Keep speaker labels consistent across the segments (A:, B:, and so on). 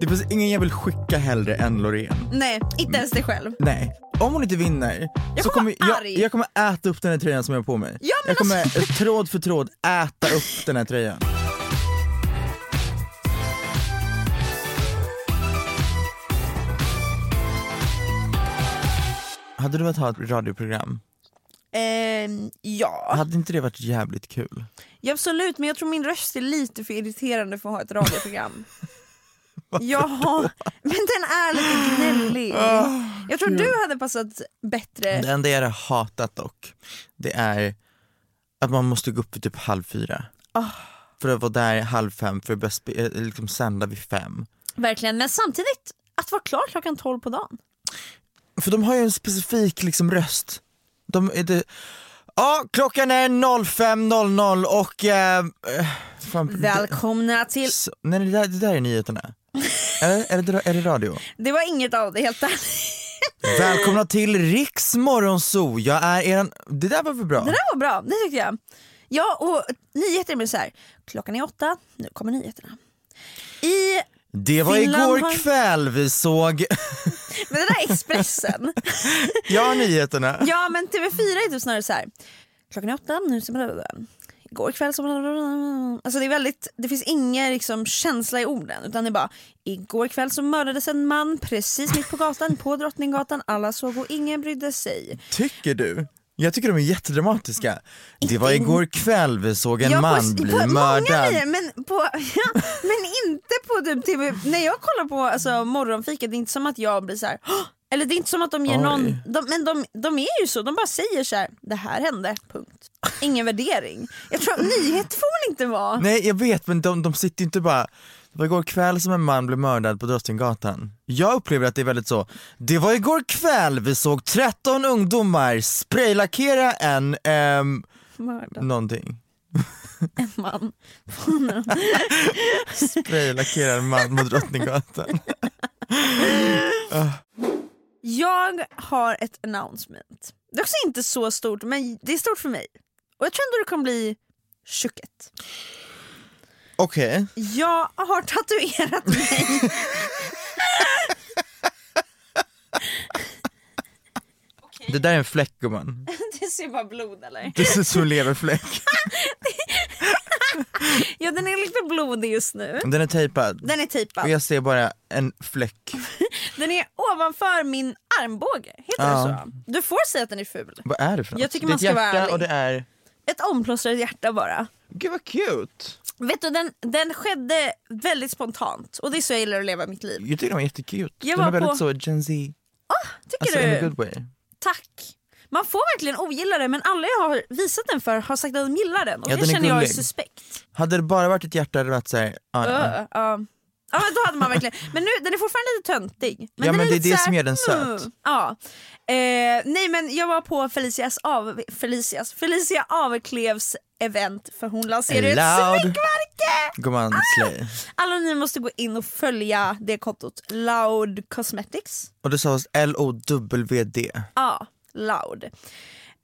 A: Det finns ingen jag vill skicka hellre än Loreen.
B: Nej, inte ens dig själv.
A: Nej. Om hon inte vinner
B: Jag
A: så
B: kommer
A: kommer
B: vara
A: jag,
B: arg.
A: jag kommer äta upp den här tröjan som jag har på mig.
B: Ja, men alltså-
A: jag kommer tråd för tråd äta upp den här tröjan. Hade du velat ha ett radioprogram?
B: Ehm, ja.
A: Hade inte det varit jävligt kul?
B: ja, absolut. Men jag tror min röst är lite för irriterande för att ha ett radioprogram. Jaha, men den är lite gnällig. Jag tror du hade passat bättre.
A: Det enda jag hade hatat dock, det är att man måste gå upp vid typ halv fyra.
B: Ah.
A: För att vara där halv fem, för att börja spe- eh, liksom sända vid fem.
B: Verkligen, men samtidigt att vara klar klockan 12 på dagen.
A: För de har ju en specifik liksom röst. De är det... Ja, klockan är 05.00 och... Eh, eh, fan,
B: Välkomna
A: det,
B: till...
A: så, nej, det, där, det där är nyheterna. Eller, är, det, är det radio?
B: Det var inget av det helt ärligt.
A: Välkomna till Riks Morgonzoo. Jag är eran... Det där var väl bra?
B: Det där var bra, det tyckte jag. Ja, och nyheter blir så här. Klockan är åtta, nu kommer nyheterna. I...
A: Det var
B: Finland
A: igår
B: har-
A: kväll vi såg...
B: Men det där är Expressen.
A: ja, nyheterna.
B: ja, men TV4 är typ snarare så här. Klockan är åtta, nu ska man... Igår kväll så... Alltså det, är väldigt, det finns ingen liksom känsla i orden utan det är bara Igår kväll så mördades en man precis mitt på gatan på Drottninggatan. Alla såg och ingen brydde sig.
A: Tycker du? Jag tycker de är jättedramatiska. Det var igår kväll vi såg en
B: Mm. Ja, på-
A: man bli
B: på, Många
A: mördad.
B: grejer, men, på, ja, men inte på typ TV. När jag kollar på alltså, morgonfika, det är inte som att jag blir så här. "Hå!" Eller det är inte som att de ger
A: Oj.
B: någon, de, men de, de är ju så, de bara säger så här. det här hände, punkt. Ingen värdering. Jag tror att nyheter får man inte vara.
A: Nej jag vet men de, de sitter ju inte bara, det var igår kväll som en man blev mördad på Drottninggatan. Jag upplever att det är väldigt så, det var igår kväll vi såg 13 ungdomar spraylackera en, ehm,
B: Mörda
A: någonting.
B: en man.
A: Spraylackera en man på Drottninggatan.
B: Jag har ett announcement. Det är också inte så stort, men det är stort för mig. Och jag tror ändå det kommer bli tjucket.
A: Okej,
B: Jag har tatuerat mig.
A: det där är en fläck gumman.
B: det ser bara blod eller?
A: Det ser ut som en leverfläck.
B: Ja den är lite blodig just nu.
A: Den är tejpad.
B: Den är
A: Och
B: tejpad.
A: jag ser bara en fläck.
B: Den är ovanför min armbåge. Heter
A: Ja.
B: det så? Du får säga att den är ful.
A: Vad är det för något?
B: Jag tycker
A: det är
B: man
A: ett
B: ska vara
A: hjärta
B: ärlig.
A: och det är...
B: Ett omplåstrat hjärta bara.
A: Gud vad cute!
B: Vet du, den, den skedde väldigt spontant och det är så jag gillar att leva mitt liv.
A: Jag tycker de är jättecute.
B: Jag
A: de är
B: var
A: väldigt
B: på-
A: så Gen Z,
B: Tycker
A: alltså in a
B: du?
A: good way.
B: Tack. Man får verkligen ogilla det men alla jag har visat den för har sagt att de gillar den och
A: Ja,
B: det
A: den är
B: känner jag är
A: gullig.
B: suspekt.
A: Hade det bara varit ett hjärta hade det varit såhär, ah,
B: Ja.
A: ja.
B: ja. Ja, men då hade man verkligen... Men nu, den är fortfarande lite töntig.
A: Ja,
B: den
A: men det är
B: lite
A: det
B: så här,
A: som gör den söt.
B: Mm, ja. eh, nej men jag var på Felicias av... Felicias? Felicia Avklevs event för hon lanserar ett
A: Loud.
B: smyckmärke!
A: Gumman slay.
B: Alla ni måste gå in och följa det kontot, Loud Cosmetics.
A: Och det sades L-O-W-D.
B: Ja, Loud.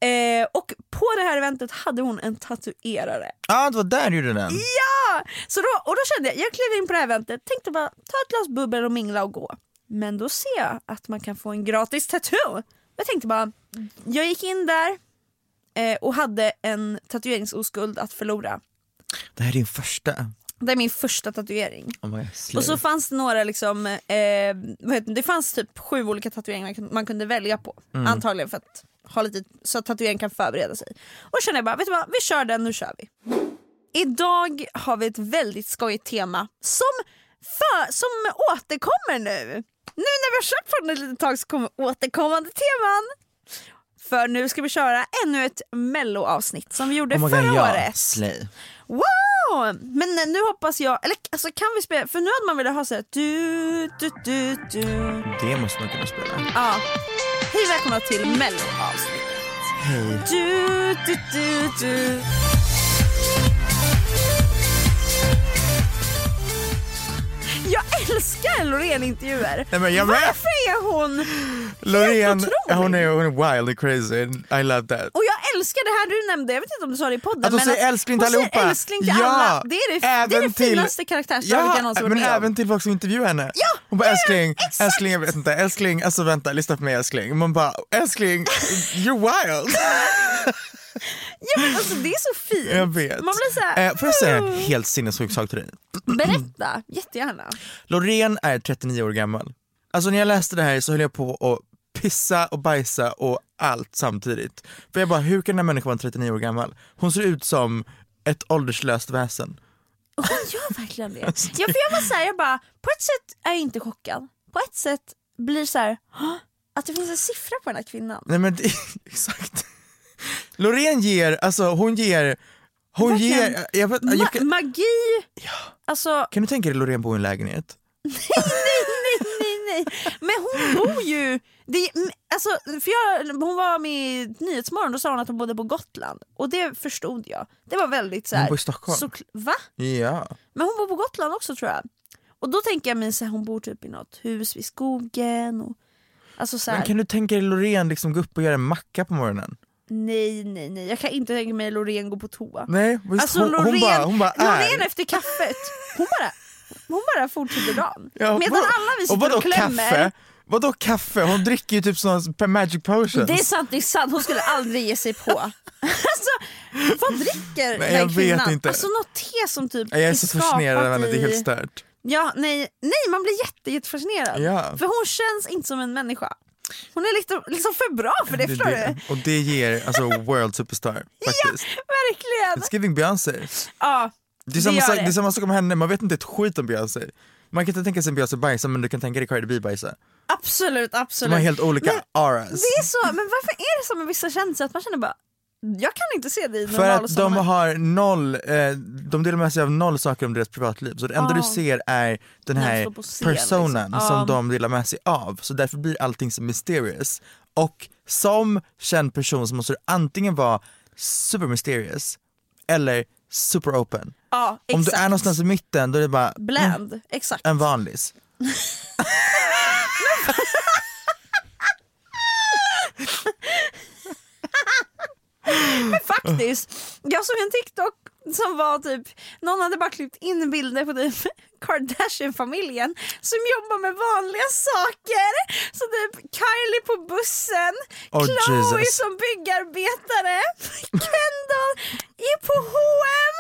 B: Eh, och på det här eventet hade hon en tatuerare.
A: Ja, ah, det var där du gjorde den.
B: Ja! Så då, och då kände jag, jag klev in på det här eventet, tänkte bara ta ett glas bubbel och mingla och gå. Men då ser jag att man kan få en gratis tattoo. Jag tänkte bara, jag gick in där eh, och hade en tatueringsoskuld att förlora.
A: Det här är din första.
B: Det är min första tatuering.
A: Oh my God, slay.
B: Och så fanns det några liksom, eh, vad heter det, det fanns typ sju olika tatueringar man kun- man kunde välja på.
A: Mm.
B: Antagligen för att ha lite, så att tatueringen kan förbereda sig. Och då kände jag bara, vet du vad, vi kör den, nu kör vi. Idag har vi ett väldigt skojigt tema som, för, som återkommer nu. Nu när vi har kört på den ett litet tag så kommer återkommande teman. För nu ska vi köra ännu ett melloavsnitt som vi gjorde
A: Oh my
B: förra
A: God, ja.
B: året.
A: Slay.
B: Wow! Men eh, nu hoppas jag, eller alltså kan vi spela, för nu hade man velat ha såhär du, du, du, du.
A: Det måste man kunna spela.
B: Ja. Hej och välkomna till melloavsnittet. Du, du, du, du. Jag älskar Loreen-intervjuer.
A: Nej, men jag med.
B: E Varför är hon
A: Loreen,
B: otroligt.
A: hon är, hon är wild and crazy. I love that.
B: Och jag älskar det här du nämnde, jag vet inte om du sa det i podden.
A: Att hon
B: men
A: säger älskling till
B: hon säger
A: allihopa.
B: älskling till alla. Det är det, det, är
A: även
B: det finaste karaktärsdraget jag någonsin
A: Ja,
B: varit
A: men
B: med om.
A: även till folk som intervjuar henne.
B: Ja,
A: hon bara
B: det är det,
A: älskling,
B: exakt.
A: älskling jag vet inte, älskling, alltså vänta, lyssna på mig älskling. Man bara älskling, you're wild.
B: Ja men alltså det är så fint.
A: Jag vet.
B: Man blir såhär,
A: eh, får jag säga en helt sinnessjuk sak till dig?
B: berätta jättegärna.
A: Loreen är 39 år gammal. Alltså när jag läste det här så höll jag på att pissa och bajsa och allt samtidigt. För jag bara, hur kan den här människan vara 39 år gammal? Hon ser ut som ett ålderslöst väsen.
B: Och hon gör verkligen det.
A: Alltså.
B: Ja, för jag var såhär, jag bara, på ett sätt är jag inte chockad. På ett sätt blir såhär, "Hå? att det finns en siffra på den här kvinnan.
A: Nej men det, exakt. Loreen ger, alltså hon ger, hon
B: Verkligen.
A: ger, jag, vet,
B: Ma-
A: jag, kan,
B: magi, alltså
A: kan du tänka dig Loreen bo i en lägenhet?
B: nej nej. Men hon bor ju, det, mm, alltså, för jag, hon var med i Nyhetsmorgon då sa hon att hon bodde på Gotland. Och det förstod jag. Det var väldigt såhär.
A: Hon bor i Stockholm.
B: Så, va?
A: Ja.
B: Men hon bor på Gotland också tror jag. Och då tänker jag mig så här, hon bor typ i något hus vid skogen och alltså så
A: Men
B: här,
A: kan du tänka dig Loreen liksom gå upp och göra en macka på morgonen?
B: nej nej nej jag kan inte tänka mig Loreen gå på toa.
A: Nej, visst,
B: alltså
A: hon,
B: Loreen,
A: hon bara, hon bara
B: Loreen
A: är.
B: efter kaffet, hon bara, hon bara fortsätter dagen.
A: Ja,
B: Medan
A: vad-
B: alla vi sitter och,
A: vadå
B: klämmer.
A: Kaffe? Vadå kaffe? Hon dricker ju typ sån per magic potions.
B: Det är sant, det är sant, hon skulle aldrig ge sig på. alltså vad dricker
A: Nej,
B: den
A: jag
B: här
A: vet
B: kvinnan?
A: inte.
B: Alltså något te som typ
A: jag är så
B: skapat
A: fascinerad av henne, det är helt
B: i-
A: stört.
B: Ja, nej, nej man blir jätte, jättefascinerad.
A: Ja.
B: För hon känns inte som en människa. Hon är liksom, liksom för bra för det,
A: Det är
B: förstår
A: det.
B: du?
A: Och det ger alltså world superstar faktiskt.
B: Verkligen!
A: It's giving Beyoncé.
B: Ja,
A: Det är, samma
B: gör
A: sak, det är samma sak om henne, man vet inte ett skit om Beyoncé. Man kan inte tänka sig Beyoncé bajsa men du kan tänka dig Cardi B bajsa.
B: Absolut, absolut.
A: De har helt olika
B: Men
A: auras.
B: det är så, men varför är det så med vissa kändisar att man känner bara, jag kan inte se dig i
A: För
B: normala
A: att de
B: sammanhang.
A: har noll, eh, de delar med sig av noll saker om deras privatliv. Så det enda du ser är den
B: de
A: här
B: står Ah. på scen,
A: personen
B: liksom.
A: som
B: Ja.
A: de delar med sig av. Så därför blir allting så mysterious. Och som känd person så måste du antingen vara super mysterious eller super open.
B: Ja,
A: Om
B: Ah, exakt.
A: du är någonstans i mitten då är det bara
B: Bland, exakt.
A: en vanlis.
B: Faktiskt, jag såg en TikTok som var typ, någon hade bara klippt in bilder på typ Kardashian-familjen som jobbar med vanliga saker. Så typ Kylie på bussen,
A: Oh,
B: Chloe
A: Jesus.
B: som byggarbetare, Kendall är på H&M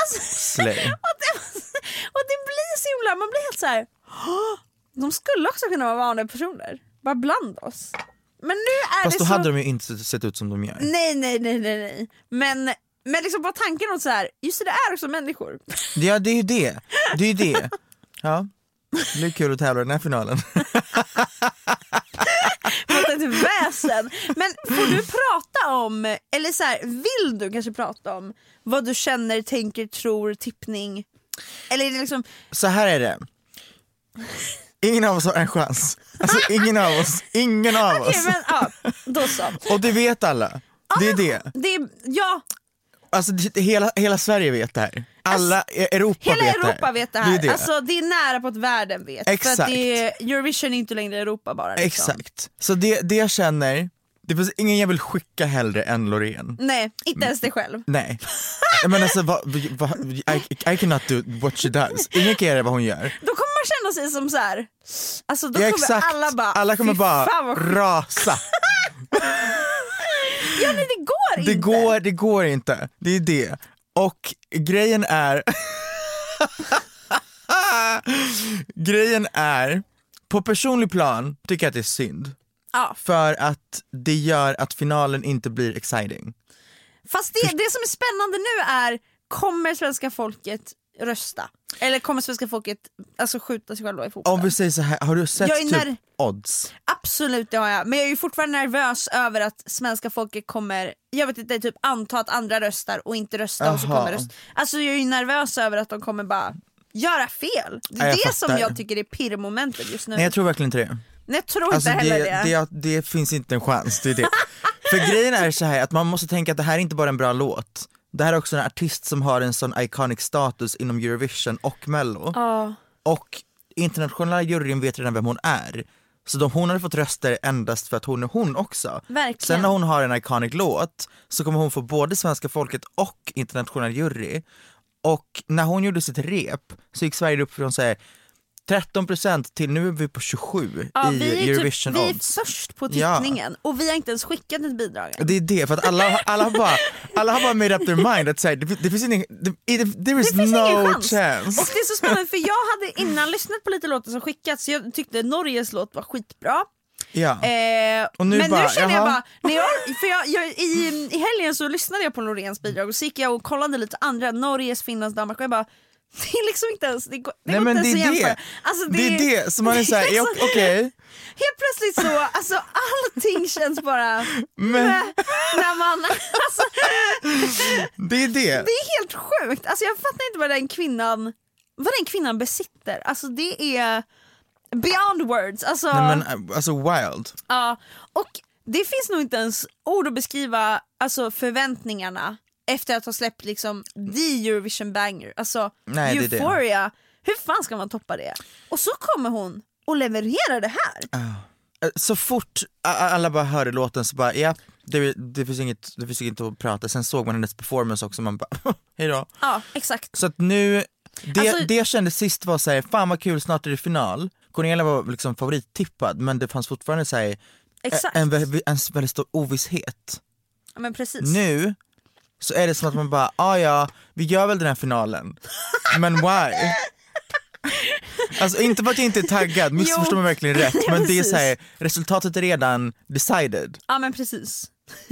B: alltså,
A: Slay.
B: och, det, och det blir så himla, man blir helt så här. "Hå? de skulle också kunna vara vanliga personer, bara bland oss. Men nu är
A: Fast
B: det
A: då
B: så...
A: hade de ju inte sett ut som de gör.
B: Nej, nej, nej, nej, nej. Men, men liksom bara tanken om så här, just det, det är också människor.
A: Ja det är ju det, det är ju det. Ja. Det blir kul att tävla i den här finalen.
B: Mot ett väsen. Men får du prata om, eller så här, vill du kanske prata om vad du känner, tänker, tror, tippning? Eller är det liksom,
A: Så här är det. Ingen av oss har en chans. Alltså ingen av oss. Ingen av
B: okej
A: oss.
B: men ja, då så.
A: Och det vet alla. Det är det.
B: Det är, ja,
A: Alltså det, det- hela, hela Sverige vet det här. Alla e- Europa
B: Alltså, Hela
A: vet det
B: Europa
A: här.
B: vet det
A: Det
B: här.
A: är det.
B: Alltså, det är nära på att världen vet. För att
A: Exakt.
B: det är, Eurovision är inte längre Europa bara. Liksom.
A: Exakt. Så det, det jag känner, det finns ingen jag vill skicka hellre än Loreen.
B: Nej, inte ens dig själv.
A: Nej. Men alltså vad, vad, I, I cannot do what she does. Ingen kan göra vad hon gör.
B: Då kommer man känna sig som så här. Alltså då
A: Ja,
B: kommer
A: exakt.
B: alla bara,
A: kommer
B: "Fy
A: bara
B: fan vad sjukt."
A: rasa.
B: Ja, nej, det går inte.
A: Det går, det går inte. Det är det. Och grejen är... grejen är, på personlig plan tycker jag att det är synd.
B: Ja.
A: För att det gör att finalen inte blir exciting.
B: Fast det, det som är spännande nu är, kommer svenska folket rösta? Eller kommer svenska folket alltså, skjuta sig själva i foten?
A: Om vi säger så här, har du sett
B: Jag är
A: typ
B: när-
A: odds?
B: Absolut det har jag, men jag är ju fortfarande nervös över att svenska folket kommer, jag vet inte, typ anta att andra röstar och inte rösta och så
A: Aha.
B: kommer röst. Alltså jag är ju nervös över att de kommer bara göra fel. Det är
A: Ja, jag
B: det som
A: fattar.
B: jag tycker är pirrmomentet just nu.
A: Nej jag tror verkligen inte det.
B: Nej, jag tror
A: Alltså
B: inte
A: det,
B: heller
A: det.
B: det.
A: Det, finns inte en chans, det är det. För grejen är så här att man måste tänka att det här är inte bara en bra låt. Det här är också en artist som har en sån iconic status inom Eurovision och mello.
B: Ja.
A: Och internationella juryn vet redan vem hon är. Så de, hon har fått röster endast för att hon är hon också.
B: Verkligen.
A: Sen när hon har en iconic låt så kommer hon få både svenska folket och internationell jury. Och när hon gjorde sitt rep så gick Sverige upp från så här 13% till nu är vi på 27
B: Ja,
A: i
B: vi, är ju
A: Eurovision
B: typ, vi
A: odds.
B: är först på
A: Ja.
B: tittningen och vi har inte ens skickat ett bidrag. än.
A: Det är det, för att alla, alla, har, bara, alla har bara made up their mind att så här, det, det finns ingen, det, it- there is
B: Det finns ingen
A: no
B: chans.
A: chance.
B: Och det är så spännande för jag hade innan lyssnat på lite låtar som skickats så jag tyckte Norges låt var skitbra.
A: Ja.
B: Eh,
A: Och nu
B: men nu
A: bara,
B: känner jag
A: jaha.
B: bara, när jag, för jag, jag, i, i helgen så lyssnade jag på Loreens bidrag och så gick jag och kollade lite andra, Norges, Finlands, Danmark och jag bara det är liksom inte ens, det går, det
A: Nej
B: går
A: men det
B: inte ens
A: är
B: att
A: det.
B: jämföra. Alltså,
A: det är det, så man är såhär,
B: liksom-
A: okej, okej.
B: Helt plötsligt så, alltså allting känns bara...
A: Men-
B: När man, alltså,
A: det är det.
B: det är helt sjukt, alltså, jag fattar inte vad den kvinnan, vad den kvinnan besitter. Alltså det är beyond words. Alltså,
A: Nej men alltså wild.
B: Ja, och det finns nog inte ens ord att beskriva alltså, förväntningarna efter att ha släppt liksom the Eurovision banger, alltså
A: Nej, det är det.
B: Euphoria. Hur fan ska man toppa det? Och så kommer hon och levererar det här.
A: Eh, Så fort a- a- alla bara hörde låten så bara, ja, det, det, finns inget, det finns inget att prata. Sen såg man hennes performance också, man bara, hejdå.
B: Ja, exakt.
A: Så att nu, det,
B: Alltså-
A: det jag kände sist var såhär, fan vad kul, snart är det final. Cornelia var liksom favorittippad men det fanns fortfarande såhär,
B: exakt.
A: en, vä- en väldigt stor ovisshet.
B: ja, men precis.
A: Nu så är det som att man bara, ah, ja vi gör väl den här finalen, men why? Alltså inte för att jag inte är taggad, missförstå mig verkligen rätt,
B: Nej,
A: men det är
B: precis.
A: så här, resultatet är redan decided.
B: Ja men precis.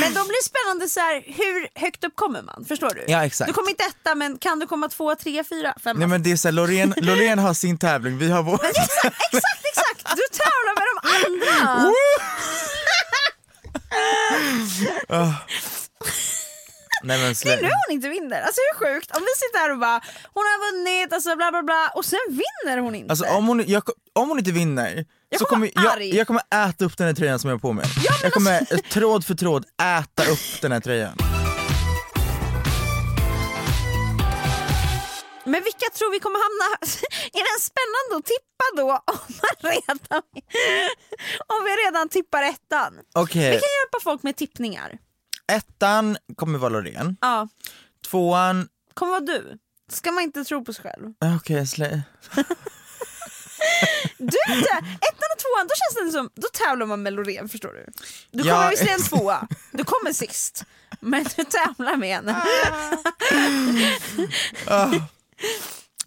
B: men då blir det spännande så här, hur högt upp kommer man? Förstår du?
A: Ja, exakt.
B: Du kommer inte etta men kan du komma två, tre, fyra, fem?
A: Nej men det är såhär, Loreen, Loreen har sin tävling, vi har vår.
B: Exakt, exakt, exakt! Du tävlar med de andra!
A: Nej men
B: Det är nu
A: slay.
B: hon inte vinner. Alltså hur sjukt? Om vi sitter här och bara hon har vunnit alltså bla bla bla och sen vinner hon inte.
A: Alltså om hon, jag, om hon inte vinner,
B: Jag
A: så
B: kommer
A: kommer, jag,
B: vara arg. alltså-
A: jag kommer äta upp den här tröjan som jag har på mig. jag kommer tråd för tråd äta upp den här tröjan.
B: Men vilka tror vi kommer hamna... Är den spännande att tippa då om, man redan... om vi redan tippar ettan?
A: Okej,
B: Vi kan hjälpa folk med tippningar.
A: ettan kommer vara Loreen,
B: Ja,
A: tvåan,
B: kommer vara du. Ska man inte tro på sig själv.
A: okej slay.
B: Du, vet inte, ettan och tvåan, då känns det som då tävlar man med Loreen förstår du. Du
A: Ja.
B: kommer visserligen tvåa, du kommer sist. Men du tävlar med henne.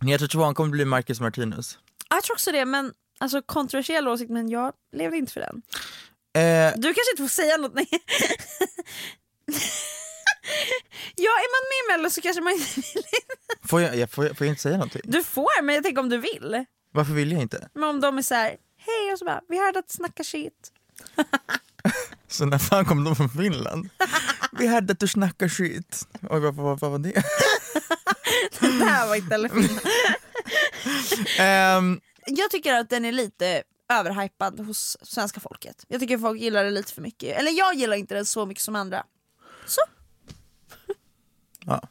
A: Nej, Jag tror tvåan kommer bli Marcus Martinus.
B: Ja, Jag tror också det, men alltså kontroversiell åsikt men jag lever inte för den.
A: Eh,
B: Du kanske inte får säga något. Nej. ja, är man med i Mello så kanske man inte vill.
A: får, jag, jag, får, jag, får jag inte säga någonting?
B: Du får, men jag tänker om du vill.
A: Varför vill jag inte?
B: Men om de är så här, hej och så bara, vi hörde att snacka shit.
A: Så när fan kom de från Finland? Vi hade att du snackar skit. Oj, vad, vad, vad var det?
B: Det här var inte heller fint.
A: Ehm,
B: Jag tycker att den är lite överhypad hos svenska folket. Jag tycker folk gillar det lite för mycket. Eller jag gillar inte den så mycket som andra. Så.
A: Ja.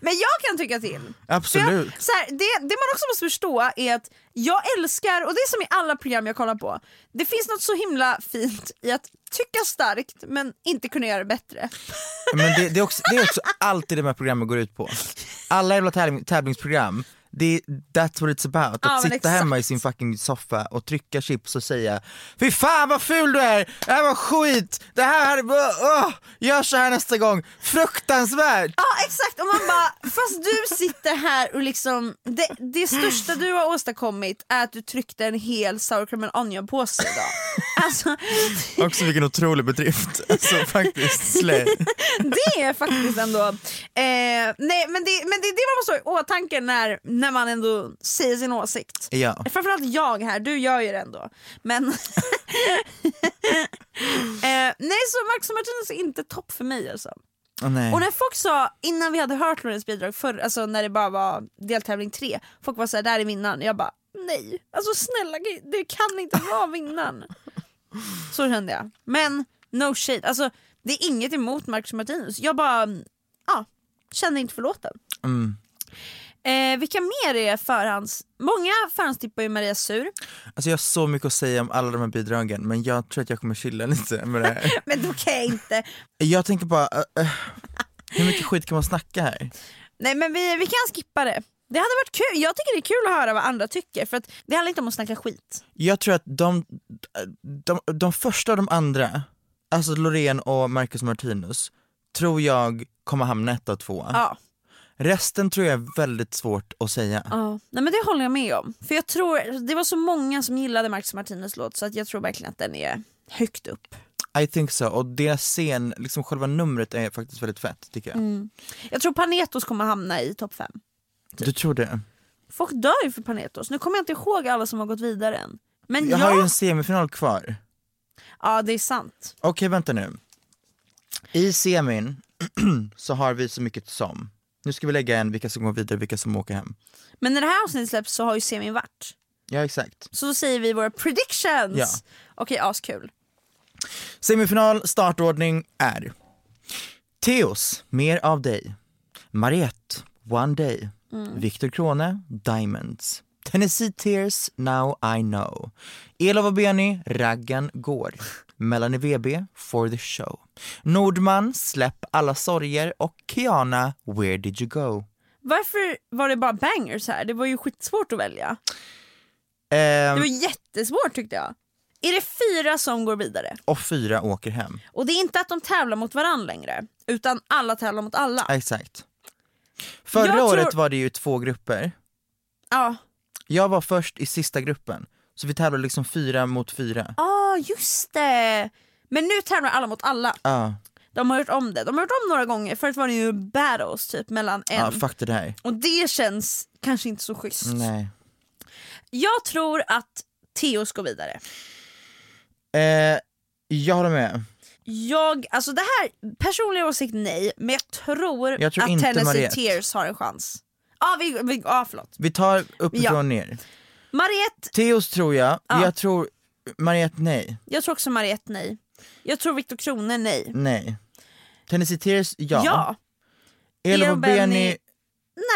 B: Men jag kan tycka till. För jag,
A: Absolut.
B: så här, det, det man också måste förstå är att jag älskar, och det är som i alla program jag kollar på, det finns något så himla fint i att tycka starkt men inte kunna göra det bättre.
A: Men det, det, är också, det är också alltid det de här programmen går ut på. Alla jävla tävling, tävlingsprogram, det, är- that's what it's about. Att
B: Ja, men
A: sitta
B: exakt.
A: hemma i sin fucking soffa och trycka chips och säga Fy fan vad ful du är! Det här var skit! Det här, uh, gör så här nästa gång! Fruktansvärt!
B: Ja exakt, och man bara, fast du sitter här och liksom, det, det största du har åstadkommit är att du tryckte en hel sour cream and onion påse idag. Alltså,
A: Också vilken otrolig bedrift. Alltså faktiskt, slay.
B: det är faktiskt ändå, eh, nej men det, men det är det man måste ha i åtanke när, när man ändå säger sin åsikt.
A: Ja.
B: Framförallt jag här, du gör ju det ändå. Men eh, nej så Marcus och Martinus är inte topp för mig alltså.
A: Åh, nej.
B: Och när folk sa, innan vi hade hört Lorens bidrag förr, alltså när det bara var deltävling tre, folk var såhär där är vinnaren, jag bara nej, alltså snälla grej, det kan inte vara vinnaren. Så kände jag. Men no shade, alltså det är inget emot Marcus Martinus, jag bara, ja, känner inte förlåten.
A: Mm.
B: Eh, vilka mer är förhands... Många förhandstippar ju Maria Sur.
A: Alltså jag har så mycket att säga om alla de här bidragen men jag tror att jag kommer chilla lite med det här.
B: Men då kan jag inte.
A: Jag tänker bara, eh, eh, hur mycket skit kan man snacka här?
B: Nej men vi, vi kan skippa det. Det hade varit kul. Jag tycker det är kul att höra vad andra tycker för att det handlar inte om att snacka skit.
A: Jag tror att de, de, de första och de andra, alltså Loreen och Marcus Martinus, tror jag kommer hamna etta och tvåa.
B: Ja.
A: Resten tror jag är väldigt svårt att säga.
B: ja. Nej men det håller jag med om. För jag tror, det var så många som gillade Marcus Martinus låt så att jag tror verkligen att den är högt upp.
A: I think so, och deras scen, liksom själva numret är faktiskt väldigt fett tycker jag.
B: Mm. Jag tror Panetos kommer hamna i topp 5.
A: Du tror det?
B: Folk dör ju för Panetos. Nu kommer jag inte ihåg alla som har gått vidare än. Men
A: Jag
B: jag...
A: har ju en semifinal kvar.
B: Ja det är sant.
A: Okej, vänta nu. I semin så har vi så mycket som. Nu ska vi lägga en vilka som går vidare vilka som åker hem.
B: Men när det här avsnittet släpps så har ju semin varit.
A: Ja, exakt.
B: Så då säger vi våra predictions.
A: Ja.
B: Okej, askul.
A: Semifinal startordning är Theos, Mer av dig. Mariette, One Day.
B: Mm.
A: Viktor Krone, Diamonds. Tennessee Tears, Now I Know. Elof och Beny, Raggen går. Melanie VB, For the Show. Nordman, Släpp alla sorger och Kiana, Where did you go?
B: Varför var det bara bangers här? Det var ju skitsvårt att välja.
A: Ehm,
B: Det var jättesvårt tyckte jag. Är det fyra som går vidare?
A: och fyra åker hem.
B: Och det är inte att de tävlar mot varandra längre, utan alla tävlar mot alla.
A: Exakt. Förra
B: tror-
A: året var det ju två grupper.
B: Ja,
A: Jag var först i sista gruppen, så vi tävlade liksom fyra mot fyra.
B: ah, just det. Men nu tävlar alla mot alla.
A: Ja,
B: De har gjort om det. De har gjort om några gånger. Förut var det ju battles typ mellan en.
A: ja, fuck det där.
B: och det känns kanske inte så schysst.
A: Nej.
B: Jag tror att Theos går vidare.
A: Eh, jag håller med.
B: Jag, alltså det här, personlig åsikt nej, men jag tror,
A: Jag tror
B: att
A: inte
B: Tennessee
A: Mariette.
B: Tears har en chans. Ja, ah, vi, vi, ah, förlåt.
A: Vi tar uppifrån
B: Ja.
A: ner.
B: Mariette,
A: Theos tror jag,
B: Ja.
A: jag tror Mariette nej,
B: jag tror också Mariette nej. Jag tror Victor Krone nej.
A: nej. Tennessee Tears ja.
B: Ja.
A: Elof
B: Elof
A: och
B: och
A: Benny,
B: Benny.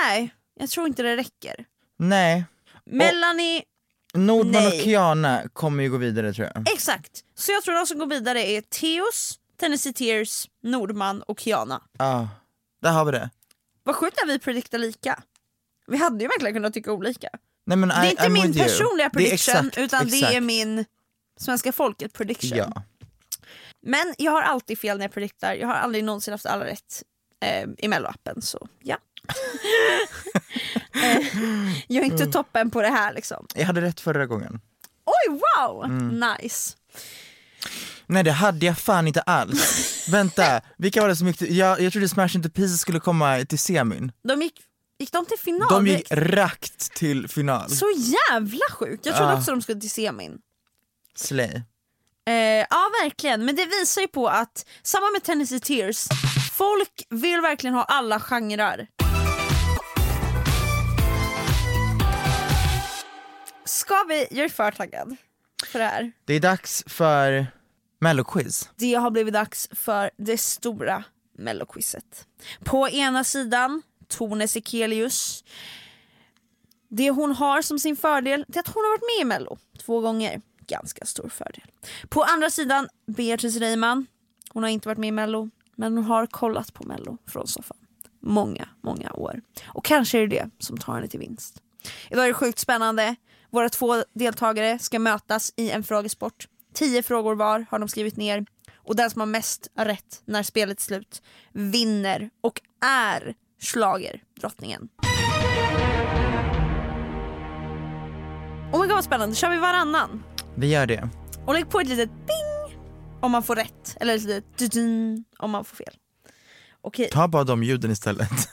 B: Nej, jag tror inte det räcker.
A: nej.
B: Melanie,
A: Nordman
B: Nej.
A: och Kiana kommer ju gå vidare tror jag.
B: exakt. Så jag tror de som går vidare är Theos, Tennessee Tears, Nordman och Kiana.
A: Ja, där har vi det.
B: Vad sjukt att vi prediktar lika. Vi hade ju verkligen kunnat tycka olika.
A: Nej, men
B: Det
A: I,
B: är inte
A: I'm
B: min
A: with you.
B: personliga
A: Det är
B: prediction
A: exakt,
B: utan det är
A: exakt.
B: min svenska folket prediction.
A: Ja.
B: Men jag har alltid fel när jag prediktar, jag har aldrig någonsin haft alla rätt eh, i melloappen så ja. eh, jag är inte
A: Mm.
B: toppen på det här liksom.
A: Jag hade rätt förra gången.
B: Oj wow,
A: Mm.
B: nice.
A: Nej det hade jag fan inte alls. Vänta, vilka var det som gick till, jag, jag trodde Smash Into Pieces skulle komma till semin.
B: De gick, gick de till final?
A: De gick
B: direkt?
A: rakt till final.
B: Så jävla sjukt, jag trodde
A: Ja.
B: också de skulle till semin.
A: Slay.
B: Eh, ja verkligen, men det visar ju på att samma med Tennessee Tears, folk vill verkligen ha alla genrer. Ska vi, jag är för taggad för det här.
A: Det är dags för Melloquiz.
B: Det har blivit dags för det stora melloquizet. På ena sidan Tone Sekelius. Det hon har som sin fördel det är att hon har varit med i mello två gånger. Ganska stor fördel. På andra sidan Beatrice Reimann. Hon har inte varit med i mello men hon har kollat på mello från soffan. Många, många år. Och kanske är det det som tar henne till vinst. Idag är det sjukt spännande. Våra två deltagare ska mötas i en frågesport. Tio frågor var har de skrivit ner och den som har mest rätt när spelet är slut vinner och är schlagerdrottningen. Oh my god vad spännande, kör vi varannan?
A: Vi gör det.
B: Och lägg på ett litet ding om man får rätt eller ett litet dudun om man får fel. Okej,
A: Ta bara de ljuden istället.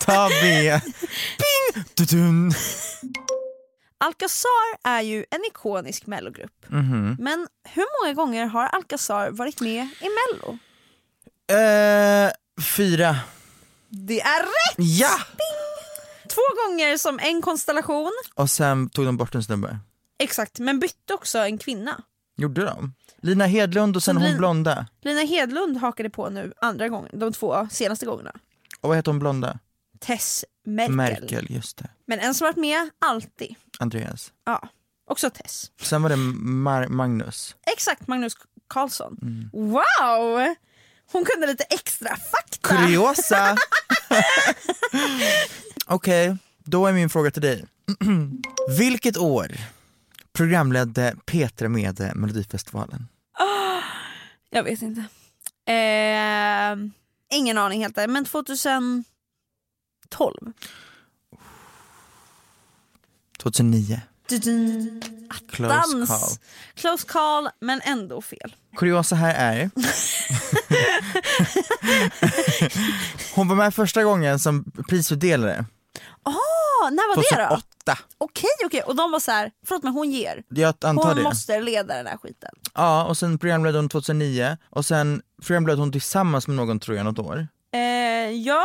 A: Ta B. Ping! Tutun.
B: Alcazar är ju en ikonisk mellogrupp. Men hur många gånger har Alcazar varit med i mello?
A: Eh, fyra.
B: Det är rätt!
A: Ja!
B: Två gånger som en konstellation.
A: Och sen tog de bort en snubbe.
B: Exakt, men bytte också en kvinna.
A: Gjorde de? Lina Hedlund och sen
B: Som
A: hon
B: Lin-
A: blonda.
B: Lina Hedlund hakade på nu andra gången, de två senaste gångerna.
A: Och vad heter hon blonda?
B: Tess Merkel.
A: Merkel, just det.
B: Men en som varit med alltid.
A: Andreas.
B: Ja, också Tess.
A: Sen var det Mar- Magnus.
B: Exakt, Magnus Karlsson. Wow! Hon kunde lite extra fakta.
A: Kuriosa! Okej, då är min fråga till dig. Vilket år programledde Petra Mede Melodifestivalen?
B: Jag vet inte. Eh, ingen aning helt där, men 2012.
A: 2009.
B: Dudun.
A: Close
B: Dans.
A: call.
B: Close call, men ändå fel.
A: Kuriosa här är... Hon var med första gången som prisutdelare,
B: Ah, när var det då?
A: 2008.
B: Okej, okej. Och de var så här, förlåt men hon ger.
A: Jag antar
B: Hon
A: det.
B: måste leda den här skiten.
A: Ja, och sen programledde hon 2009 och sen programledde hon tillsammans med någon tror jag något år.
B: Eh, ja,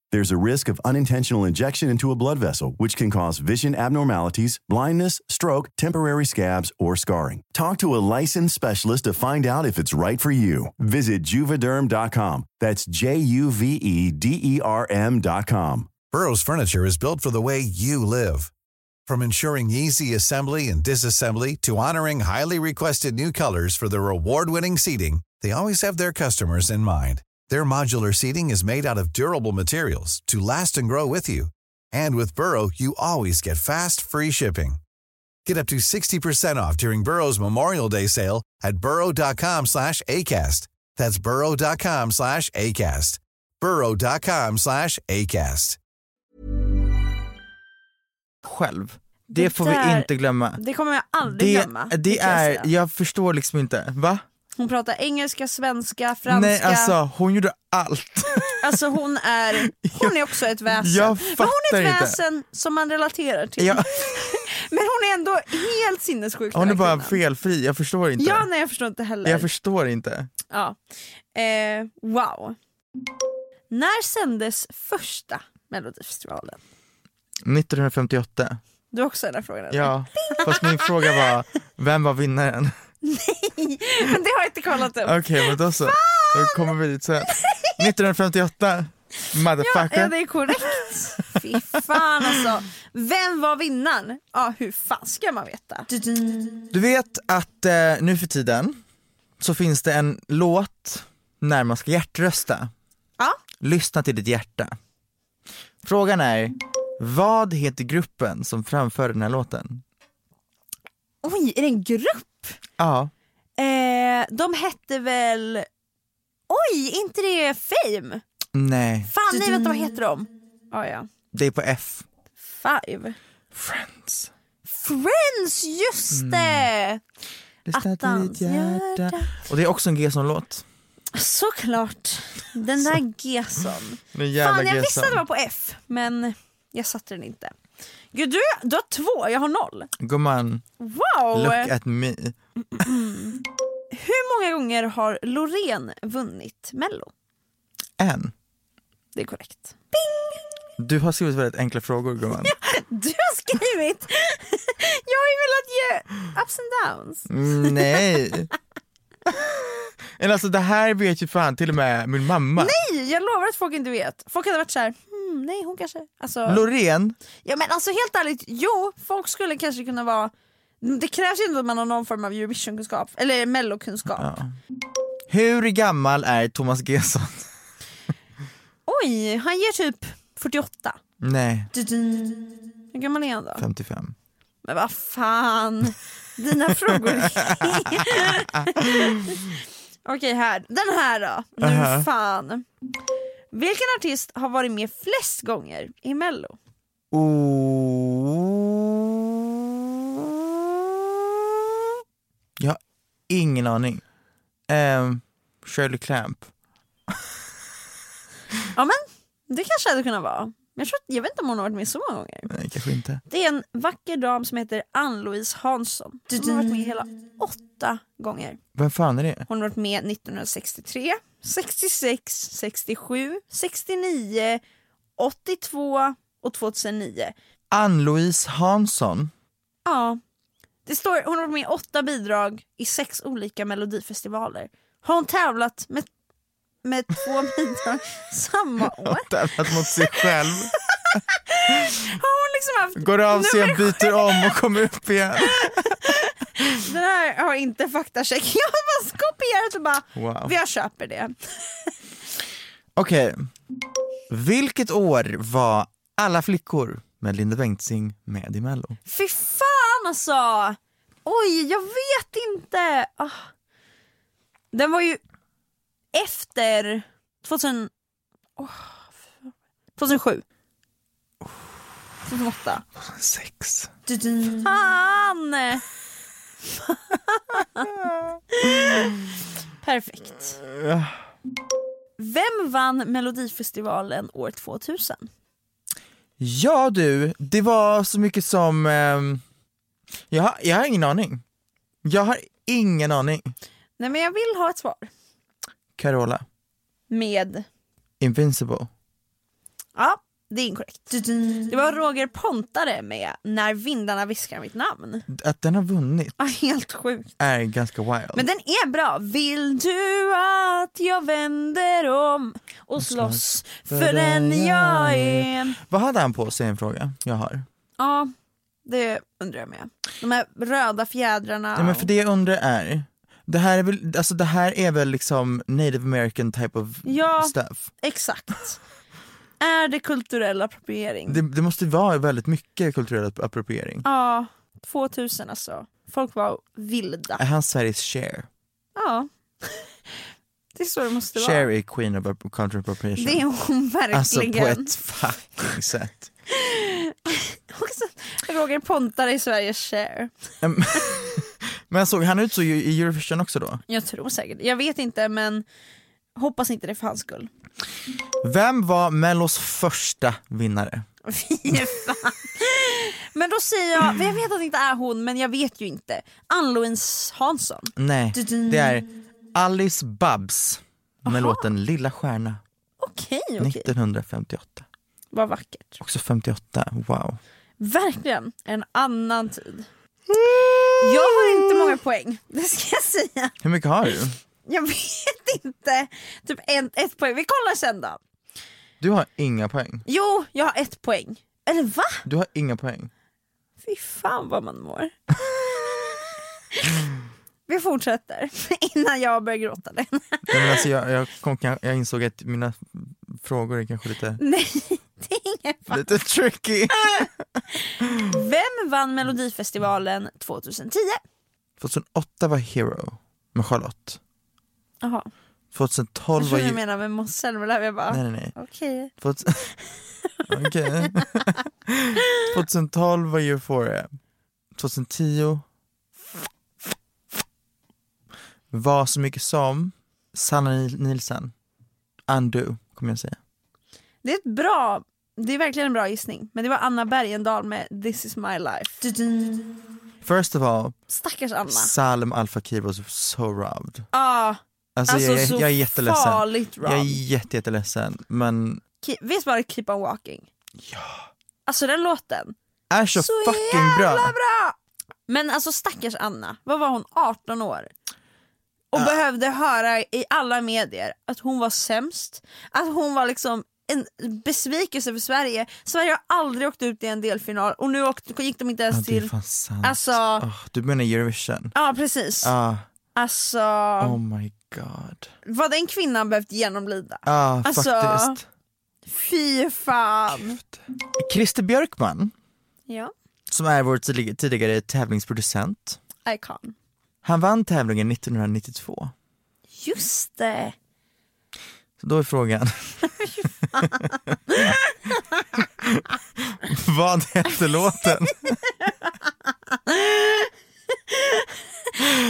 C: There's a risk of unintentional injection into a blood vessel, which can cause vision abnormalities, blindness, stroke, temporary scabs, or scarring. Talk to a licensed specialist to find out if it's right for you. Visit juvederm.com. That's J U V E D E R M.com.
D: Burrow's furniture is built for the way you live. From ensuring easy assembly and disassembly to honoring highly requested new colors for their award-winning seating, they always have their customers in mind. Their modular seating is made out of durable materials to last and grow with you. And with Burrow, you always get fast, free shipping. Get up to 60% off during Burrow's Memorial Day sale at burrow.com slash ACAST. That's burrow.com slash ACAST. burrow.com slash ACAST.
A: själv. Det,
B: Det
A: får
B: där-
A: vi inte glömma.
B: Det kommer jag aldrig
A: Det,
B: glömma.
A: det,
B: kan jag
A: är,
B: säga.
A: jag, förstår liksom inte. Va?
B: Hon pratar engelska, svenska, franska.
A: Nej alltså hon gjorde allt.
B: Alltså hon är, hon är också ett väsen.
A: Jag
B: Men hon är
A: fattar
B: ett
A: inte.
B: väsen som man relaterar till.
A: Jag,
B: Men hon är ändå helt sinnessjuk.
A: hon är
B: den här
A: bara
B: kvinnan.
A: felfri, jag förstår inte.
B: Ja, nej jag förstår inte heller.
A: jag förstår inte.
B: ja. eh, wow. När sändes första Melodifestivalen?
A: 1958.
B: Du har också den här frågan? eller?
A: Ja, fast min fråga var, vem var vinnaren?
B: Men det har jag inte kollat upp.
A: Okej, men då så. Då kommer vi dit sen. 1958,
B: Ja, ja,
A: motherfucker.
B: det är korrekt. Fy fan alltså. Vem var vinnaren? Ja, hur fan ska man veta?
A: Du vet att eh, nu för tiden så finns det en låt när man ska hjärtrösta.
B: Ja.
A: Lyssna till ditt hjärta. Frågan är, vad heter gruppen som framför den här låten?
B: Oj, är det en grupp?
A: Ja,
B: Eh, de hette väl... Oj, inte det Fame?
A: nej,
B: Fan, nej vänta vad heter de? Ja, Ah, ja.
A: det är på F.
B: Five.
A: Friends.
B: Friends,
A: Mm.
B: just det!
A: Lyssna till ditt
B: Attans
A: hjärta.
B: hjärta.
A: Och det är också en G-son-låt.
B: Såklart. Den där Gesson.
A: Den
B: Fan, jag visste att det var på F, men jag satte den inte. Gud, du, du har två, jag har noll.
A: Gumman,
B: Wow!
A: look at me.
B: Hur många gånger har Loreen vunnit Mello?
A: En.
B: Det är korrekt.
A: Du har skrivit väldigt enkla frågor gumman.
B: Du har skrivit! jag har ju velat ge ups and downs.
A: Mm, Nej. Eller alltså det här vet ju fan till och med min mamma.
B: Nej, jag lovar att folk inte vet. Folk hade varit så här, hmm, nej hon kanske... Alltså,
A: Loreen,
B: ja men alltså helt ärligt, jo folk skulle kanske kunna vara... Det krävs ju ändå att man har någon form av Eurovision-kunskap, eller Mello-kunskap.
A: hur gammal är Thomas Gesson?
B: Oj, han ger typ 48.
A: Nej,
B: Hur gammal är han då?
A: 55.
B: Men vad fan, dina frågor. Okej här, den här då. Nu
A: Aha.
B: fan. Vilken artist har varit med flest gånger i mello?
A: Oh. Jag har ingen aning. Ehm, Shirley Clamp.
B: Ja men det kanske hade kunnat vara. Jag, tror, jag vet inte om hon har varit med så många gånger.
A: Nej, kanske inte.
B: Det är en vacker dam som heter Ann-Louise Hansson. Hon har varit med hela åtta gånger.
A: Vem fan är det?
B: Hon har varit med 1963, 66, 67, 69, 82 och 2009.
A: Ann-Louise Hansson.
B: Ja. Det står, hon har varit med i åtta bidrag i sex olika melodifestivaler. Har hon tävlat med, med två bidrag samma år?
A: Tävlat mot sig själv.
B: Har hon liksom haft...
A: Går av sig,
B: Nummer
A: byter om och kommer upp igen.
B: Den här har inte faktacheck. Jag har bara kopierat och bara,
A: Wow.
B: jag köper det.
A: Okej. Vilket år var alla flickor med Linda Bengtzing med i Mello?
B: Fy fan alltså! Oj, jag vet inte. Ah. Den var ju efter 2000... Åh, fy- 2007. 2008.
A: Sex.
B: Fan! Perfekt. Vem vann Melodifestivalen år 2000?
A: Ja du, det var så mycket som... ehm, jag, har, jag har ingen aning. Jag har ingen aning.
B: Nej men jag vill ha ett svar.
A: Carola.
B: Med
A: Invincible.
B: Ja, det är inkorrekt. Det var Roger Pontare med När vindarna viskar mitt namn.
A: Att den har vunnit
B: Ja, helt sjukt.
A: är ganska wild.
B: Men den är bra. Vill du att jag vänder om och slåss för den jag är?
A: Vad hade han på sig? en fråga jag har.
B: Ja, det undrar jag med. De här röda fjädrarna.
A: Nej, men för
B: och-
A: det jag undrar är, det här är väl, alltså det här är väl liksom native american type of
B: Ja.
A: stuff?
B: Exakt. Är det kulturell appropriering?
A: Det, det måste vara väldigt mycket kulturell app- appropriering.
B: Ja, 2000 alltså. Folk var vilda.
A: Är han Sveriges Cher?
B: Ja. Det är så det måste vara.
A: Cher är queen of app- cultural appropriation.
B: Det är hon verkligen.
A: alltså på ett fucking sätt.
B: Och så Roger Pontare i Sveriges share.
A: Em, Men jag såg han ut så i i Eurovision också då?
B: Jag tror säkert, jag vet inte men hoppas inte det är för hans skull.
A: Vem var mellos första vinnare?
B: Fy fan. men då säger jag, jag vet att det inte är hon men jag vet ju inte. Ann-Louise Hansson.
A: Nej, det är Alice Babs med låten Lilla Stjärna
B: Okej okej.
A: 1958.
B: Vad vackert.
A: Också 58, wow.
B: Verkligen en annan tid. Jag har inte många poäng, det ska jag säga.
A: Hur mycket har du?
B: Jag vet inte. Typ en, ett poäng. Vi kollar sen då.
A: Du har inga poäng.
B: Jo, jag har ett poäng. Eller va?
A: Du har inga poäng.
B: Fy fan vad man mår. Vi fortsätter innan jag börjar gråta. Lena.
A: Nej, men alltså jag, jag, kom, jag insåg att mina frågor är kanske lite,
B: Nej, det är ingen fara.
A: lite tricky.
B: Vem vann Melodifestivalen 2010?
A: 2008 var Hero med Charlotte.
B: Jaha,
A: 2012
B: jag
A: var...
B: trodde
A: ju-
B: du menade med Måns Zelmerlöw. Jag bara,
A: Nej, nej, nej.
B: okej.
A: 2000... Okej. 2012 var Euphoria. 2010 var så mycket som Sanna Nil- Nielsen. Undo, kommer jag säga.
B: Det är ett bra, det är verkligen en bra gissning. Men det var Anna Bergendahl med This is my life. Du-du.
A: First of all,
B: Stackars Anna.
A: Salem Al Fakir was so robbed.
B: Ah,
A: Alltså,
B: alltså
A: jag,
B: så
A: jag är jätteledsen.
B: farligt
A: Jag är
B: wrong.
A: jätte, jätteledsen. Men
B: Ki- Visst var det Keep on walking? Ja. Alltså den låten.
A: är så, fucking bra.
B: jävla bra! Men alltså stackars Anna, vad var hon 18 år? Och behövde höra i alla medier att hon var sämst, att hon var liksom en besvikelse för Sverige. Sverige har aldrig åkt ut i en delfinal och nu åkte, gick de inte ens
A: Ja, det är
B: till...
A: fan sant.
B: Alltså-
A: Ah, du menar Eurovision?
B: Ja precis.
A: Ah,
B: Alltså,
A: oh my god.
B: vad den kvinnan behövt genomlida.
A: Ja,
B: Alltså-
A: faktiskt.
B: Fy fan.
A: Christer Björkman,
B: Ja,
A: som är vår tidig- tidigare tävlingsproducent,
B: icon.
A: han vann tävlingen 1992.
B: Just det.
A: Så då är frågan... Vad hette låten?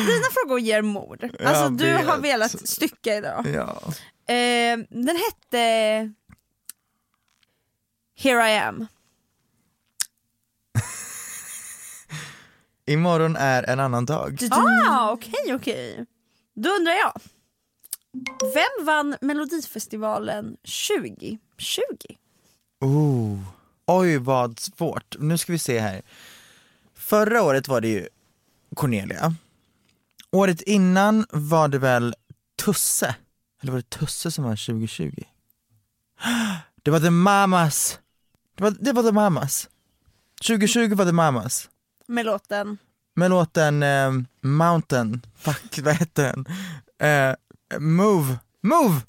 B: Dina frågor ger mord.
A: Jag
B: Alltså du
A: vet.
B: har velat stycka idag.
A: ja.
B: Eh, den hette Here I am.
A: Imorgon är en annan dag.
B: Ah, okej okej. Då undrar jag. Vem vann Melodifestivalen 2020?
A: Oh. Oj, vad svårt. Nu ska vi se här. Förra året var det ju Cornelia. Året innan var det väl Tusse? Eller var det Tusse som var 2020? Det var The Mamas! Det var, det var The Mamas. 2020 var The Mamas.
B: Med låten
A: Med låten eh, Mountain, fuck vad hette den? Eh, move, Move!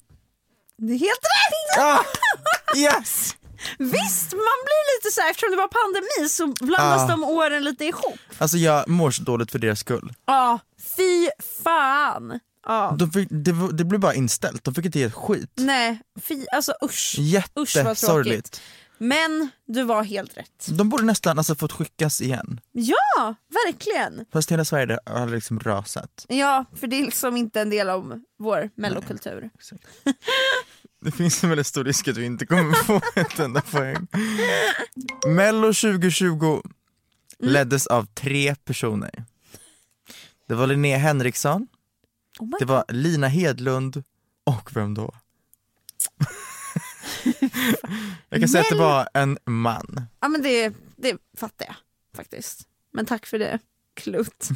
B: Det är helt rätt!
A: Ah! Yes!
B: Visst, man blir lite så här, eftersom det var pandemi så blandas
A: Ah.
B: de åren lite ihop.
A: Alltså jag mår så dåligt för deras skull.
B: Ja, fy fan. Ja.
A: De fick, det, var- det blev bara inställt, de fick inte ge ett skit.
B: Nej, fy, alltså usch. Mm. Usch, vad
A: Jättesorgligt.
B: tråkigt. Men du var helt rätt.
A: De borde nästan alltså, fått skickas igen.
B: Ja, verkligen.
A: Fast hela Sverige där har liksom rasat.
B: Ja, för det är liksom inte en del av vår mellokultur.
A: Det finns en väldigt stor risk att vi inte kommer få ett enda poäng. Mello 2020
B: Mm.
A: leddes av tre personer. Det var Linnea Henriksson,
B: Oh my
A: det var Lina Hedlund och vem då? Jag kan säga att det var en man.
B: Ja, men det, det fattar jag faktiskt. Men tack för det, klot.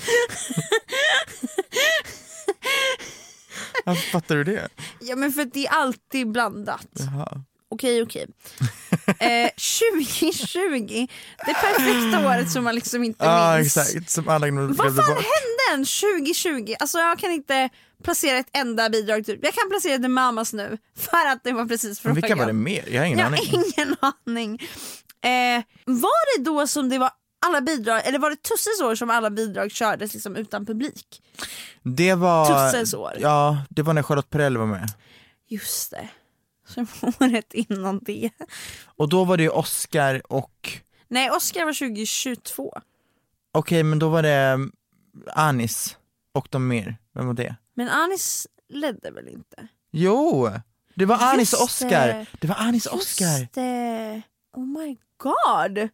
A: Varför fattar du det?
B: Ja, men för det är alltid blandat.
A: Jaha.
B: Okej, okej. Eh, 2020, det perfekta året som man liksom inte
A: Ja ah,
B: minns.
A: exakt, som alla glömde
B: Vad
A: glömde
B: fan
A: bort.
B: hände än 2020? Alltså jag kan inte placera ett enda bidrag typ. Jag kan placera The Mamas nu för att det var precis frågan.
A: Men vilka var det mer? Jag har ingen
B: Jag
A: aning.
B: har ingen aning. Eh, var det då som det var alla bidrag, eller var det Tusses år som alla bidrag kördes liksom utan publik?
A: Det var...
B: Tussens år.
A: Ja, det var när Charlotte Perrell var med.
B: Just det, som året innan det.
A: Och då var det ju Oscar och...
B: Nej, Oscar var 2022.
A: Okej, men då var det um, Anis och de mer. Vem var det?
B: Men Anis ledde väl inte?
A: Jo! Det var Anis och
B: Just det.
A: Oscar. Det. var Anis och Oscar.
B: Just det. Oh my god!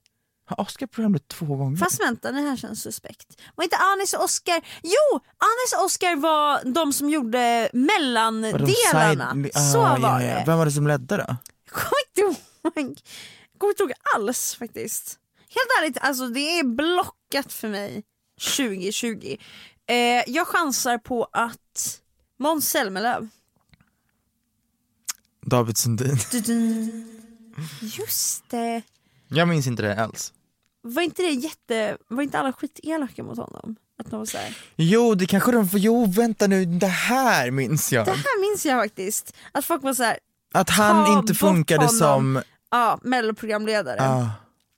A: Har Oscar programmet två gånger?
B: Fast vänta, det här känns suspekt. Var inte Anis och Oscar... Jo! Anis och Oscar var de som gjorde
A: Var
B: mellandelarna.
A: de side-
B: Så
A: Ah, ja,
B: var
A: ja.
B: det.
A: Vem var det som ledde då?
B: Jag kommer inte ihåg. Jag kommer inte ihåg alls faktiskt. Helt ärligt, alltså det är blockat för mig 2020. Eh, jag chansar på att Måns Zelmerlöw.
A: David Sundin.
B: Just det.
A: Jag minns inte det alls.
B: Var inte det jätte, var inte alla skitelaka mot honom? Att de var så här.
A: Jo, det kanske de får... Jo, vänta nu, det här minns jag.
B: Det här minns jag faktiskt. Att folk var så här.
A: Att han
B: "Ta
A: inte
B: bort
A: funkade
B: honom."
A: som...
B: Ja, melloprogramledare.
A: Ah,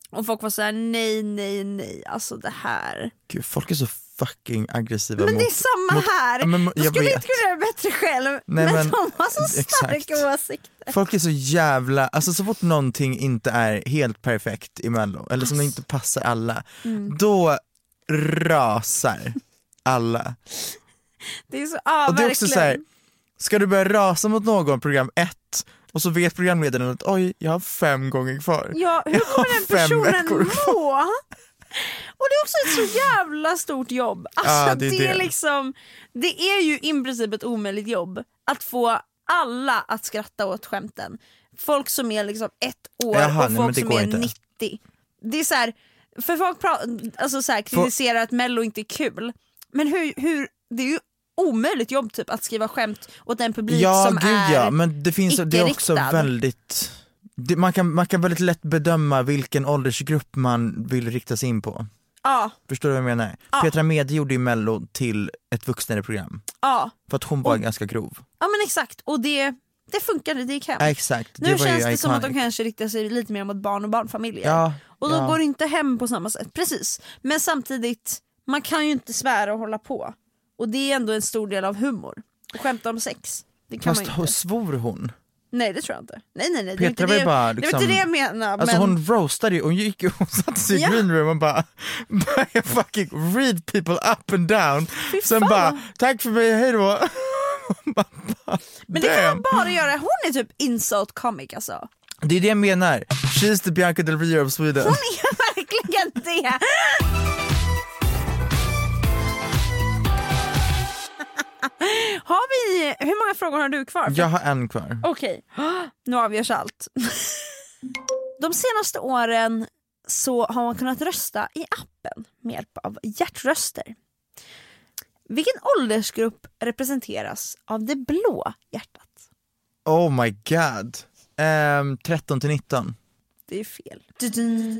B: Och folk var så här: nej, nej, nej, alltså det här.
A: gud, folk är så fucking aggressiva
B: Men
A: mot...
B: det är samma
A: mot-
B: här.
A: Ja, men,
B: jag
A: jag
B: skulle
A: vet.
B: inte kunna göra det bättre själv.
A: Nej,
B: men,
A: men-
B: de har så starka
A: exakt.
B: åsikter.
A: Folk är så jävla, alltså så fort någonting inte är helt perfekt i mello, eller som inte passar alla,
B: Mm.
A: då rasar alla.
B: Det är så, ja,
A: Och det är
B: verkligen.
A: också så här, ska du börja rasa mot någon program ett och så vet programledaren att oj, jag har fem gånger kvar.
B: Ja, hur
A: Jag har
B: kommer den
A: fem
B: personen
A: veckor kvar.
B: må? Och det är också ett så jävla stort jobb. Alltså,
A: Ja, det
B: det,
A: är
B: är
A: det.
B: Liksom, det är ju i princip ett omöjligt jobb att få alla att skratta åt skämten. Folk som är liksom ett år
A: Jaha, nej,
B: och
A: men
B: folk
A: det
B: som
A: går
B: är
A: inte.
B: 90. Det är så här, för folk pra- alltså så här, kritiserar att mello inte är kul. Men hur, hur, det är ju omöjligt jobb typ att skriva skämt åt en publik
A: Ja,
B: som
A: gud
B: är
A: ja, men det finns, det är också
B: icke-riktad.
A: väldigt, det, man, kan, man kan väldigt lätt bedöma vilken åldersgrupp man vill rikta sig in på.
B: ja,
A: Förstår du vad jag menar? Petra Mede gjorde ju mello till ett vuxnare program.
B: ja,
A: För att hon var ganska grov.
B: ja men exakt och det, det funkade, det gick hem.
A: Ja, exakt,
B: Nu
A: det var
B: känns
A: ju
B: det som att de
A: iconic.
B: kanske riktar sig lite mer mot barn och barnfamiljer.
A: Ja,
B: och då
A: ja.
B: går det inte hem på samma sätt. Precis. Men samtidigt, man kan ju inte svära och hålla på. Och det är ändå en stor del av humor. Och skämta om sex. Det kan
A: Fast
B: man ju
A: hon
B: inte.
A: svor hon?
B: Nej det tror jag inte. Nej nej nej.
A: Petra
B: det,
A: var
B: är
A: ju
B: inte det,
A: bara
B: det
A: liksom-
B: var inte det jag menade.
A: Alltså
B: men...
A: hon roastade ju, hon gick ju, hon satte sig i
B: Ja.
A: green room och bara började fucking read people up and down. Sen
B: fan.
A: bara, tack för mig, hejdå. Man bara,
B: Men det kan
A: damn.
B: man bara göra. Hon är typ insult comic alltså.
A: Det är det jag menar, she's the Bianca Del Rio of Sweden.
B: Hon är verkligen det. Har vi, hur många frågor har du kvar?
A: Jag har en kvar.
B: Okej, nu avgörs allt. De senaste åren så har man kunnat rösta i appen med hjälp av hjärtröster. Vilken åldersgrupp representeras av det blå hjärtat?
A: Oh my god. Ehm, 13 till 19.
B: Det är fel.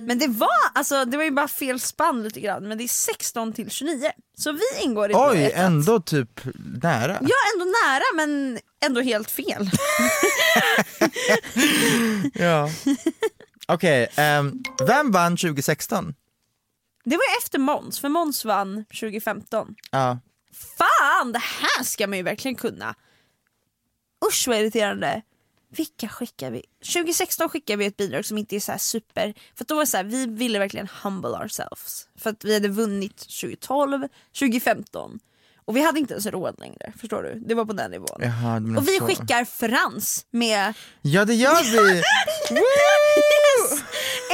B: Men det var alltså, det var ju bara fel spann lite grann, men det är 16 till 29. Så vi ingår i blå
A: Oj,
B: hjärtat.
A: ändå typ nära.
B: Ja, ändå nära men ändå helt fel.
A: Ja. Okej, ehm, vem vann 2016?
B: Det var ju efter Måns, för Måns vann 2015.
A: Ja.
B: Fan, det här ska man ju verkligen kunna. Usch vad irriterande. Vilka skickar vi? 2016 skickade vi ett bidrag som inte är så här super. För att då var det så här, vi ville verkligen humble ourselves. För att vi hade vunnit 2012, 2015. Och vi hade inte ens råd längre. Förstår du? Det var på den nivån.
A: Jaha, du menar
B: och vi
A: så.
B: skickar Frans med
A: ja, det gör vi!
B: yes!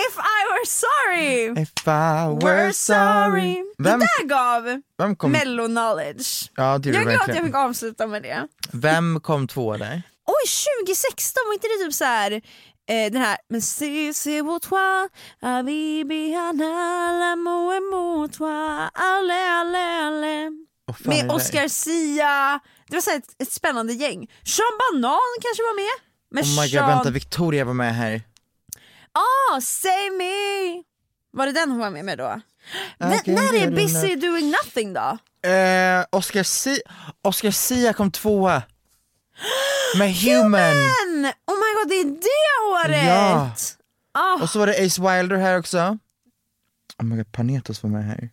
B: If I were sorry,
A: If I
B: we're
A: were
B: sorry.
A: sorry
B: Det
A: Vem,
B: där gav
A: vem, kom,
B: mello knowledge.
A: ja, det gjorde
B: Jag
A: du
B: är glad att jag
A: verkligen.
B: fick avsluta med det.
A: vem kom två där?
B: Oj, 2016 var inte det typ så här eh, den här Men si si vous toi ah, Habibi l'amour est mot toi Alle alle alle
A: Åh, fan, det
B: Med
A: där-
B: Oscar Sia Det var så här ett, ett spännande gäng Sean Banan kanske var med? Men
A: Oh my god,
B: Sean...
A: vänta, Victoria var med här.
B: Ah, say me Var det den hon var med med då? Men,
A: can
B: när är
A: do
B: Busy doing nothing då?
A: Eh, Oscar, si- Oscar Sia kom tvåa. Med Human!
B: Men, oh my god, det är det året!
A: Ja.
B: Ah.
A: Och så var det Ace Wilder här också. Oh my god, Panetos var med här.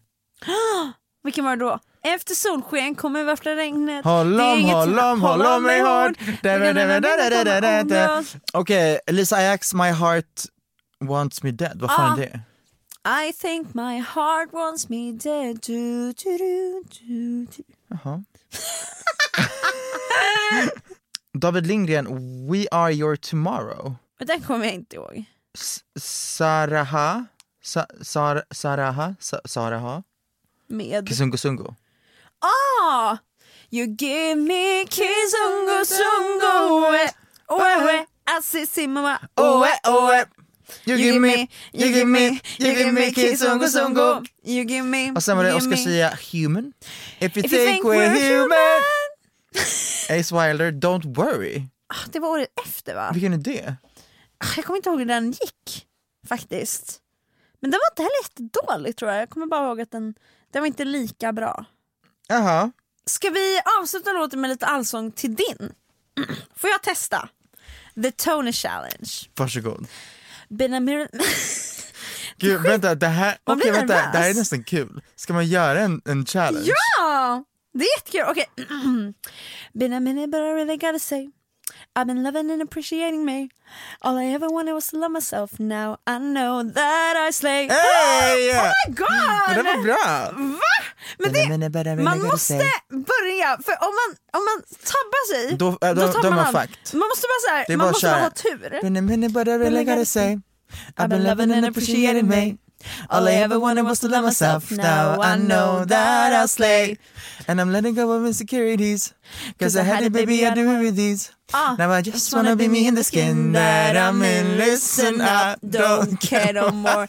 B: Vilken var det då? Efter solsken kommer varsla regnet
A: Håll
B: Det är
A: om,
B: inget
A: håll
B: som-
A: om, håll om mig hård Da, da, da, da, da, da, da, da, da.
B: I
A: Okej, Lisa Ajax, My Heart Wants Me Dead, vad
B: Ah.
A: fan är det?
B: think my heart wants me dead du, du, du, du, du.
A: Jaha. David Lindgren, We Are Your Tomorrow.
B: Men den kommer jag inte ihåg.
A: S- Saraha, Sa- Sar- Saraha, Sa- Saraha,
B: Med...
A: Kisungosungo.
B: Ah! You give me kizungo sungo we, we, we. I Hassi Simma
A: Oe, oe. You
B: You give me, you give me, you give me kiss ungo sungo You give me,
A: Och sen var det
B: you
A: Oscar
B: give me.
A: Sia, Human. If you,
B: If you
A: think,
B: think
A: we're,
B: we're
A: human. Ace Wilder, Don't worry.
B: Ah, Det var året efter va?
A: Vilken är det?
B: Ah, Jag kommer inte ihåg hur den gick faktiskt. Men den var inte heller jättedålig tror jag. Jag kommer bara ihåg att den, den var inte lika bra.
A: Jaha.
B: Ska vi avsluta låten med lite allsång till din? Får jag testa? The Tony Challenge.
A: Varsågod.
B: Been a mir-
A: Gud, vänta, det här,
B: Man blir
A: okej, vänta,
B: nervös.
A: det här är nästan kul. Ska man göra en, en challenge?
B: ja! Det är jättekul. Okej. Been a minute but I really gotta say I've been loving and appreciating me All I ever wanted was to love myself Now I know that I slay
A: Hey!
B: Oh my god!
A: Men det var bra!
B: Va? Men det, man måste börja, för om man, om man tabbar sig,
A: Då- äh, då-
B: tappar
A: då är man
B: allt.
A: fucked.
B: Man måste bara, så här,
A: Det är
B: man
A: bara
B: måste
A: att
B: bara ha
A: köra.
B: tur.
A: Been a minute but I really gotta say I've been loving and appreciating me All I ever wanted was to love myself Now I know that I'll slay And I'm letting go of insecurities Cause I had it baby I do it with these
B: Ah,
A: Now I just wanna be me in the skin that I'm in Listen up, don't
B: care no more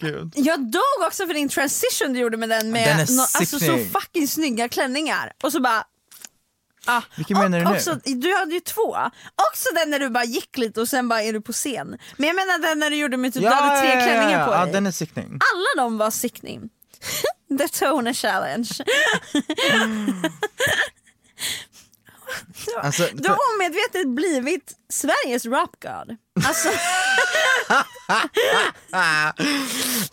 A: Gud.
B: Jag dog också för din transition du gjorde med den med
A: Den är
B: nå- alltså, så
A: sick.
B: fucking snygga klänningar och så bara Ah,
A: Vilken
B: och
A: menar du nu?
B: också, Du hade ju två, också den när du bara gick lite och sen bara är du på scen. Men jag menar den när du gjorde med typ, du hade tre klänningar på
A: ja,
B: dig.
A: den är sickning.
B: Alla de var sickning. The toner challenge.
A: Mm. Alltså,
B: Du har omedvetet blivit Sveriges rap god. Alltså,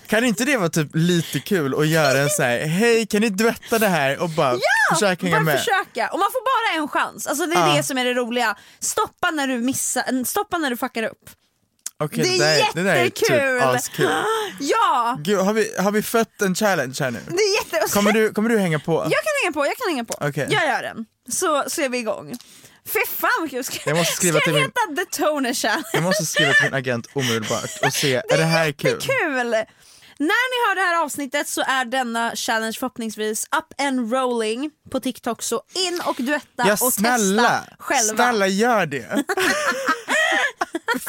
A: Kan inte det vara typ lite kul att göra en så här, hej kan ni duetta det här och bara försöka hänga
B: bara
A: med?
B: försöka. Och man får bara en chans. Alltså, det är
A: Ja.
B: det som är det roliga. Stoppa när du missar, stoppa när du fuckar upp.
A: Okej,
B: Det är
A: där- det där är
B: jättekul.
A: typ askul.
B: Ja!
A: Gud, har vi, har vi fött en challenge här nu?
B: Det är jätte...
A: Kommer du, kommer du hänga på?
B: Jag kan hänga på, jag kan hänga på.
A: Okej.
B: Jag gör den. Så, så är vi igång. Fy fan vad kul. Ska,
A: Jag måste skriva
B: ska
A: till
B: jag
A: min-
B: heta The Toner Challenge?
A: Jag måste skriva till min agent omedelbart och se, är det här kul?
B: Kul! När ni hör det här avsnittet så är denna challenge förhoppningsvis up and rolling på TikTok så in och duetta
A: Ja
B: och
A: snälla,
B: testa själva.
A: snälla gör det!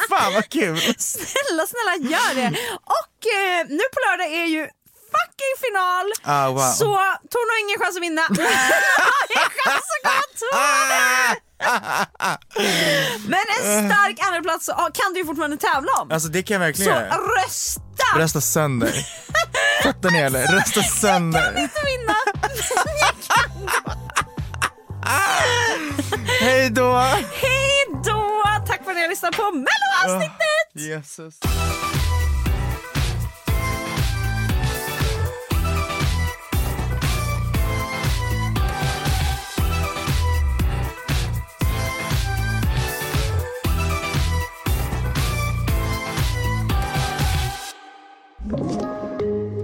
A: Fan vad kul!
B: snälla, snälla gör det! Och eh, nu på lördag är ju fucking final!
A: Ah, wow.
B: Så Torn har ingen chans att vinna. ingen chans att komma tvåa! Men en stark andraplats så, ah, kan du ju fortfarande tävla om.
A: Alltså det kan jag
B: så
A: verkligen göra.
B: rösta!
A: Rösta sönder. Fattar ni eller? Rösta sönder.
B: inte vinna.
A: Hej då!
B: Hej då! Tack för att ni har lyssnat på Melloavsnittet!
A: Jesus. Ah.